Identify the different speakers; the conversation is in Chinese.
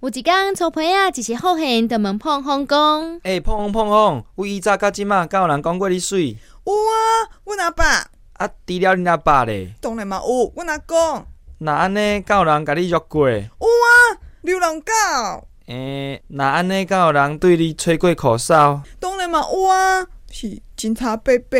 Speaker 1: 有一天，臭皮仔一时好闲，就问胖凤讲：
Speaker 2: 诶、哎碰碰碰碰，我以早到即马，敢有人讲过你水？
Speaker 3: 有啊，阮阿爸
Speaker 2: 啊，除了恁阿爸咧，
Speaker 3: 当然嘛有，阮阿公有
Speaker 2: 若安尼，敢有人甲你约过？
Speaker 3: 啊，流浪狗
Speaker 2: 诶、若安尼，敢有人对你吹过口哨？
Speaker 3: 当然嘛有啊，是警察伯伯